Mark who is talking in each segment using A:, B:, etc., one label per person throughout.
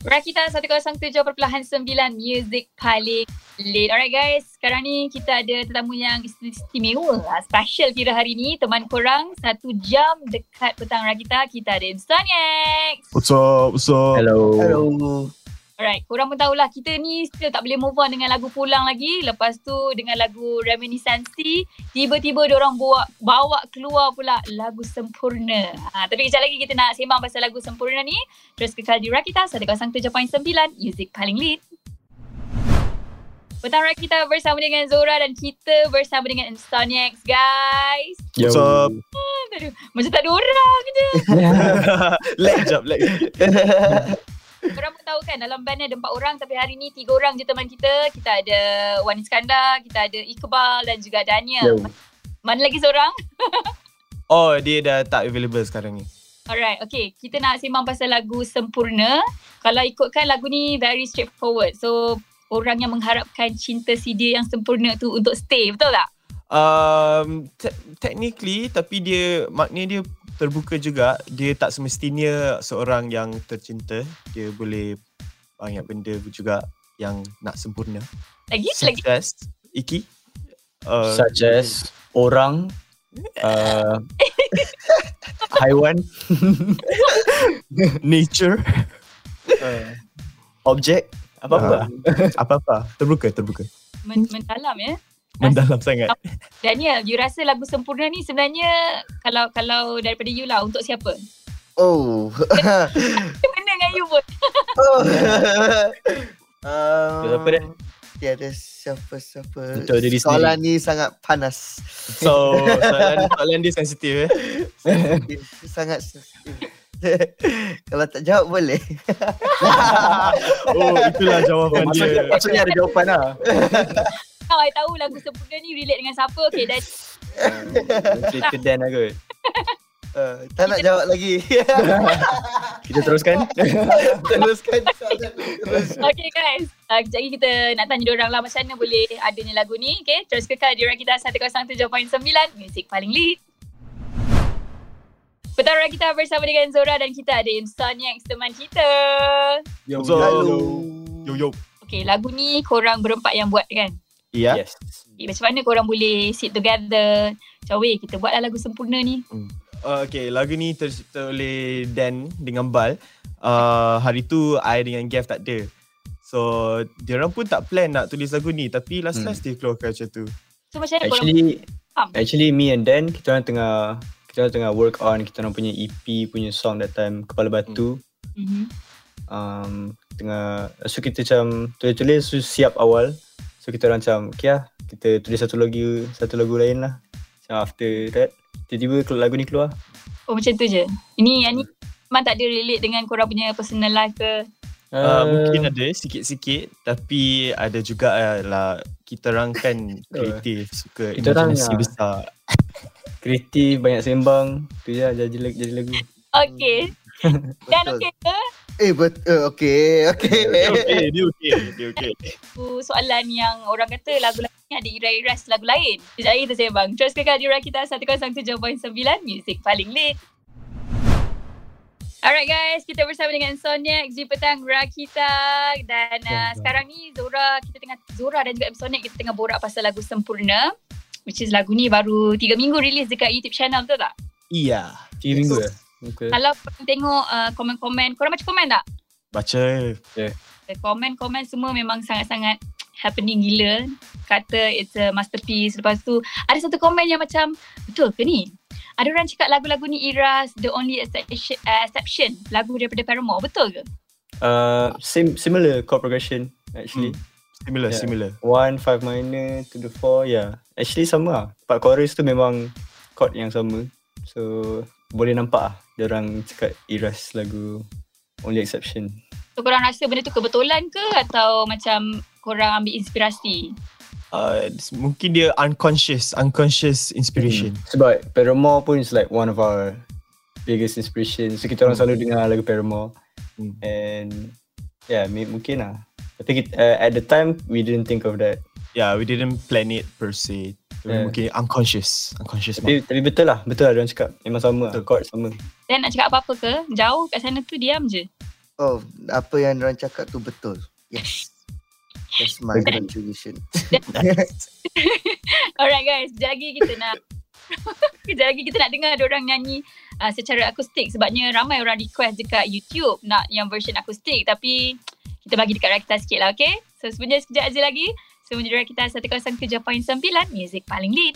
A: Rakita 107.9 Music paling late. Alright guys, sekarang ni kita ada tetamu yang istimewa. lah. Special kira hari ni, teman korang satu jam dekat petang Rakita, kita ada Insaniac.
B: What's up? What's up?
C: Hello.
D: Hello.
A: Alright, korang pun tahulah kita ni still tak boleh move on dengan lagu Pulang lagi. Lepas tu dengan lagu Reminiscensi, tiba-tiba orang bawa, bawa keluar pula lagu Sempurna. Ha, tapi kejap lagi kita nak sembang pasal lagu Sempurna ni. Terus kekal di Rakita 107.9, music paling lead. Petang kita bersama dengan Zora dan kita bersama dengan Instanex guys.
B: What's up?
A: Aduh, macam tak ada orang je.
B: lag jap, lag.
A: Korang pun tahu kan dalam band ni ada empat orang tapi hari ni tiga orang je teman kita. Kita ada Wan Iskandar, kita ada Iqbal dan juga Daniel.
C: Yo.
A: Mana lagi seorang?
D: Oh, dia dah tak available sekarang ni.
A: Alright, okay. Kita nak sembang pasal lagu Sempurna. Kalau ikutkan lagu ni very straightforward. So, orang yang mengharapkan cinta si dia yang sempurna tu untuk stay, betul tak?
D: Um, te- technically tapi dia maknanya dia terbuka juga. Dia tak semestinya seorang yang tercinta. Dia boleh banyak benda juga yang nak sempurna.
A: Lagi? Lagi?
D: Such as Iki. Uh,
C: Such as orang, uh, haiwan,
D: nature.
C: uh, objek, apa-apa.
D: Apa-apa. Terbuka, terbuka.
A: Men- mendalam ya.
D: Mendalam sangat.
A: Daniel, you rasa lagu Sempurna ni sebenarnya kalau kalau daripada you lah untuk siapa?
E: Oh.
A: Mana dengan you pun?
E: oh. um,
C: Tiada apa dia?
E: Tiada Ya, siapa-siapa.
C: Untuk diri
E: Soalan ni sangat panas.
D: So, soalan, soalan dia sensitif eh.
E: Sensitif. sangat sensitif. Kalau tak jawab boleh.
D: Oh, itulah jawapan
C: Maksudnya,
D: dia.
C: maksudnya ada jawapan lah.
A: Kau I tahu lagu Sempurna ni relate dengan siapa. Okay, dan
C: Cerita Dan lah kot.
E: Uh, tak nak jawab lagi.
C: Kita teruskan.
E: Teruskan soalan. Terus.
A: Okay guys, uh, kejap lagi kita nak tanya diorang lah macam mana boleh adanya lagu ni. Okay, terus kekal di Rakita 107.9, music paling lead. Petang kita bersama dengan Zora dan kita ada Insomniacs teman kita.
C: Yo,
D: So-
E: Hello.
D: Yo, yo.
A: Okay, lagu ni korang berempat yang buat kan?
D: Ya.
C: Yes.
A: Okay, macam mana korang boleh sit together? Macam weh, kita buatlah lagu sempurna ni.
D: Uh, okay, lagu ni tercipta oleh Dan dengan Bal. Uh, hari tu I dengan Gav tak ada. So, diorang pun tak plan nak tulis lagu ni. Tapi last-last dia keluarkan macam tu.
A: So macam mana korang
C: Actually,
A: faham?
C: actually me and Dan, kita orang tengah kita orang tengah work on kita orang punya EP punya song that time Kepala Batu
A: Mhm.
C: um, tengah so kita macam tulis-tulis so siap awal so kita orang macam okay lah kita tulis satu lagu satu lagu lain lah macam after that tiba-tiba kelu- lagu ni keluar
A: Oh macam tu je. Ini yang ni memang tak ada relate dengan korang punya personal life ke?
D: Uh,
C: Ah,
D: mungkin ada sikit-sikit. Tapi ada juga uh, lah kita orang kan kreatif. Suka
C: Kita orang
D: imaginasi
C: lah.
D: besar.
C: kreatif banyak sembang tu je lah jadi, lag- jadi lagu
A: Okay. Dan
E: Betul.
A: okay ke?
E: Eh betul. Okey, okey.
D: Dia okay, dia okay. Dia okay.
A: satu soalan yang orang kata lagu lain ni ada iras-iras lagu lain. "Eh, Kejap lagi kita sembang. Terus kekal di Rakita 107.9 Music paling lit. Alright guys, kita bersama dengan Sonic di petang Rakita dan uh, sekarang ni Zora kita tengah Zora dan juga M Sonic kita tengah borak pasal lagu Sempurna which is lagu ni baru 3 minggu rilis dekat YouTube channel betul tak?
D: Iya.
C: 3 minggu lah okay.
A: Kalau korang tengok uh, komen-komen, korang baca komen tak?
D: Baca.
A: The Komen-komen semua memang sangat-sangat happening gila. Kata it's a masterpiece. Lepas tu ada satu komen yang macam betul ke ni? Ada orang cakap lagu-lagu ni Iras the only exception, uh, exception lagu daripada Paramore. Betul ke?
C: uh, same, similar chord progression actually
D: Similar,
C: Ya.
D: similar.
C: One, five minor to the four, yeah. Actually sama lah. Part chorus tu memang chord yang sama. So, boleh nampak lah orang cakap iras lagu Only Exception.
A: So korang rasa benda tu kebetulan ke atau macam korang ambil inspirasi?
D: Uh, mungkin dia unconscious, unconscious inspiration.
C: Hmm. Sebab Paramore pun is like one of our biggest inspiration. So, kita orang
D: Hmm.
C: selalu dengar lagu Paramore.
D: Hmm.
C: And yeah, m- mungkin lah. Tapi kita, uh, at the time, we didn't think of that.
D: Yeah, we didn't plan it per se.
C: Yeah.
D: Yeah. Mungkin unconscious, unconscious.
C: Tapi, tapi betul lah. Betul lah orang cakap. Memang sama lah.
D: Betul.
C: Chord sama.
A: Dan nak cakap apa-apa ke? Jauh kat sana tu diam je.
E: Oh, apa yang orang cakap tu betul. Yes. That's my contribution.
A: Alright guys, sekejap lagi kita nak Sekejap lagi kita nak dengar orang nyanyi uh, secara akustik sebabnya ramai orang request dekat YouTube nak yang version akustik tapi kita bagi dekat Rakita sikit lah okay? So sebenarnya sekejap aja lagi Semuanya Rakita 107.9 Music paling lead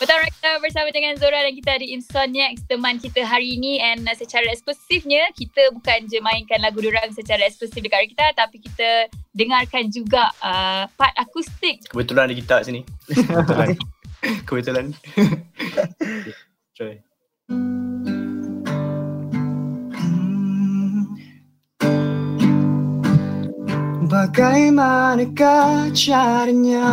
A: Petang Rakita bersama dengan Zora dan kita ada Insomniacs teman kita hari ini and uh, secara eksklusifnya kita bukan je mainkan lagu dorang secara eksklusif dekat Rakita tapi kita dengarkan juga uh, part akustik
C: Kebetulan ada gitar sini. Kebetulan. Kebetulan. Okay, Try.
F: Bagaimanakah caranya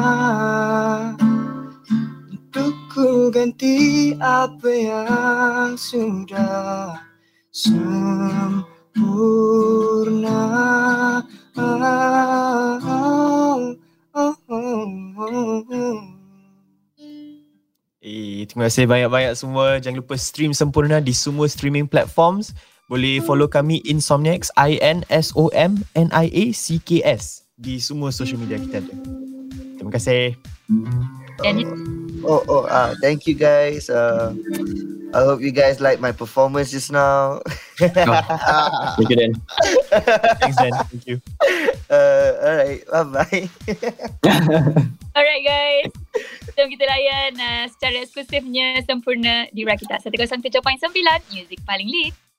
F: Untuk ku ganti apa yang sudah sempurna Oh,
D: Eh, terima kasih banyak-banyak semua. Jangan lupa stream sempurna di semua streaming platforms. Boleh follow kami Insomniacs, I-N-S-O-M-N-I-A-C-K-S di semua social media kita ada. Terima kasih.
A: dan
E: Oh, oh, ah, thank you guys. Uh, I hope you guys like my performance just now.
C: Thank you Dan.
D: Thanks Dan. Thank you.
E: Uh, alright, bye-bye.
A: Alright guys. Jom kita layan uh, secara eksklusifnya sempurna di Rakita 107.9 Music paling lead.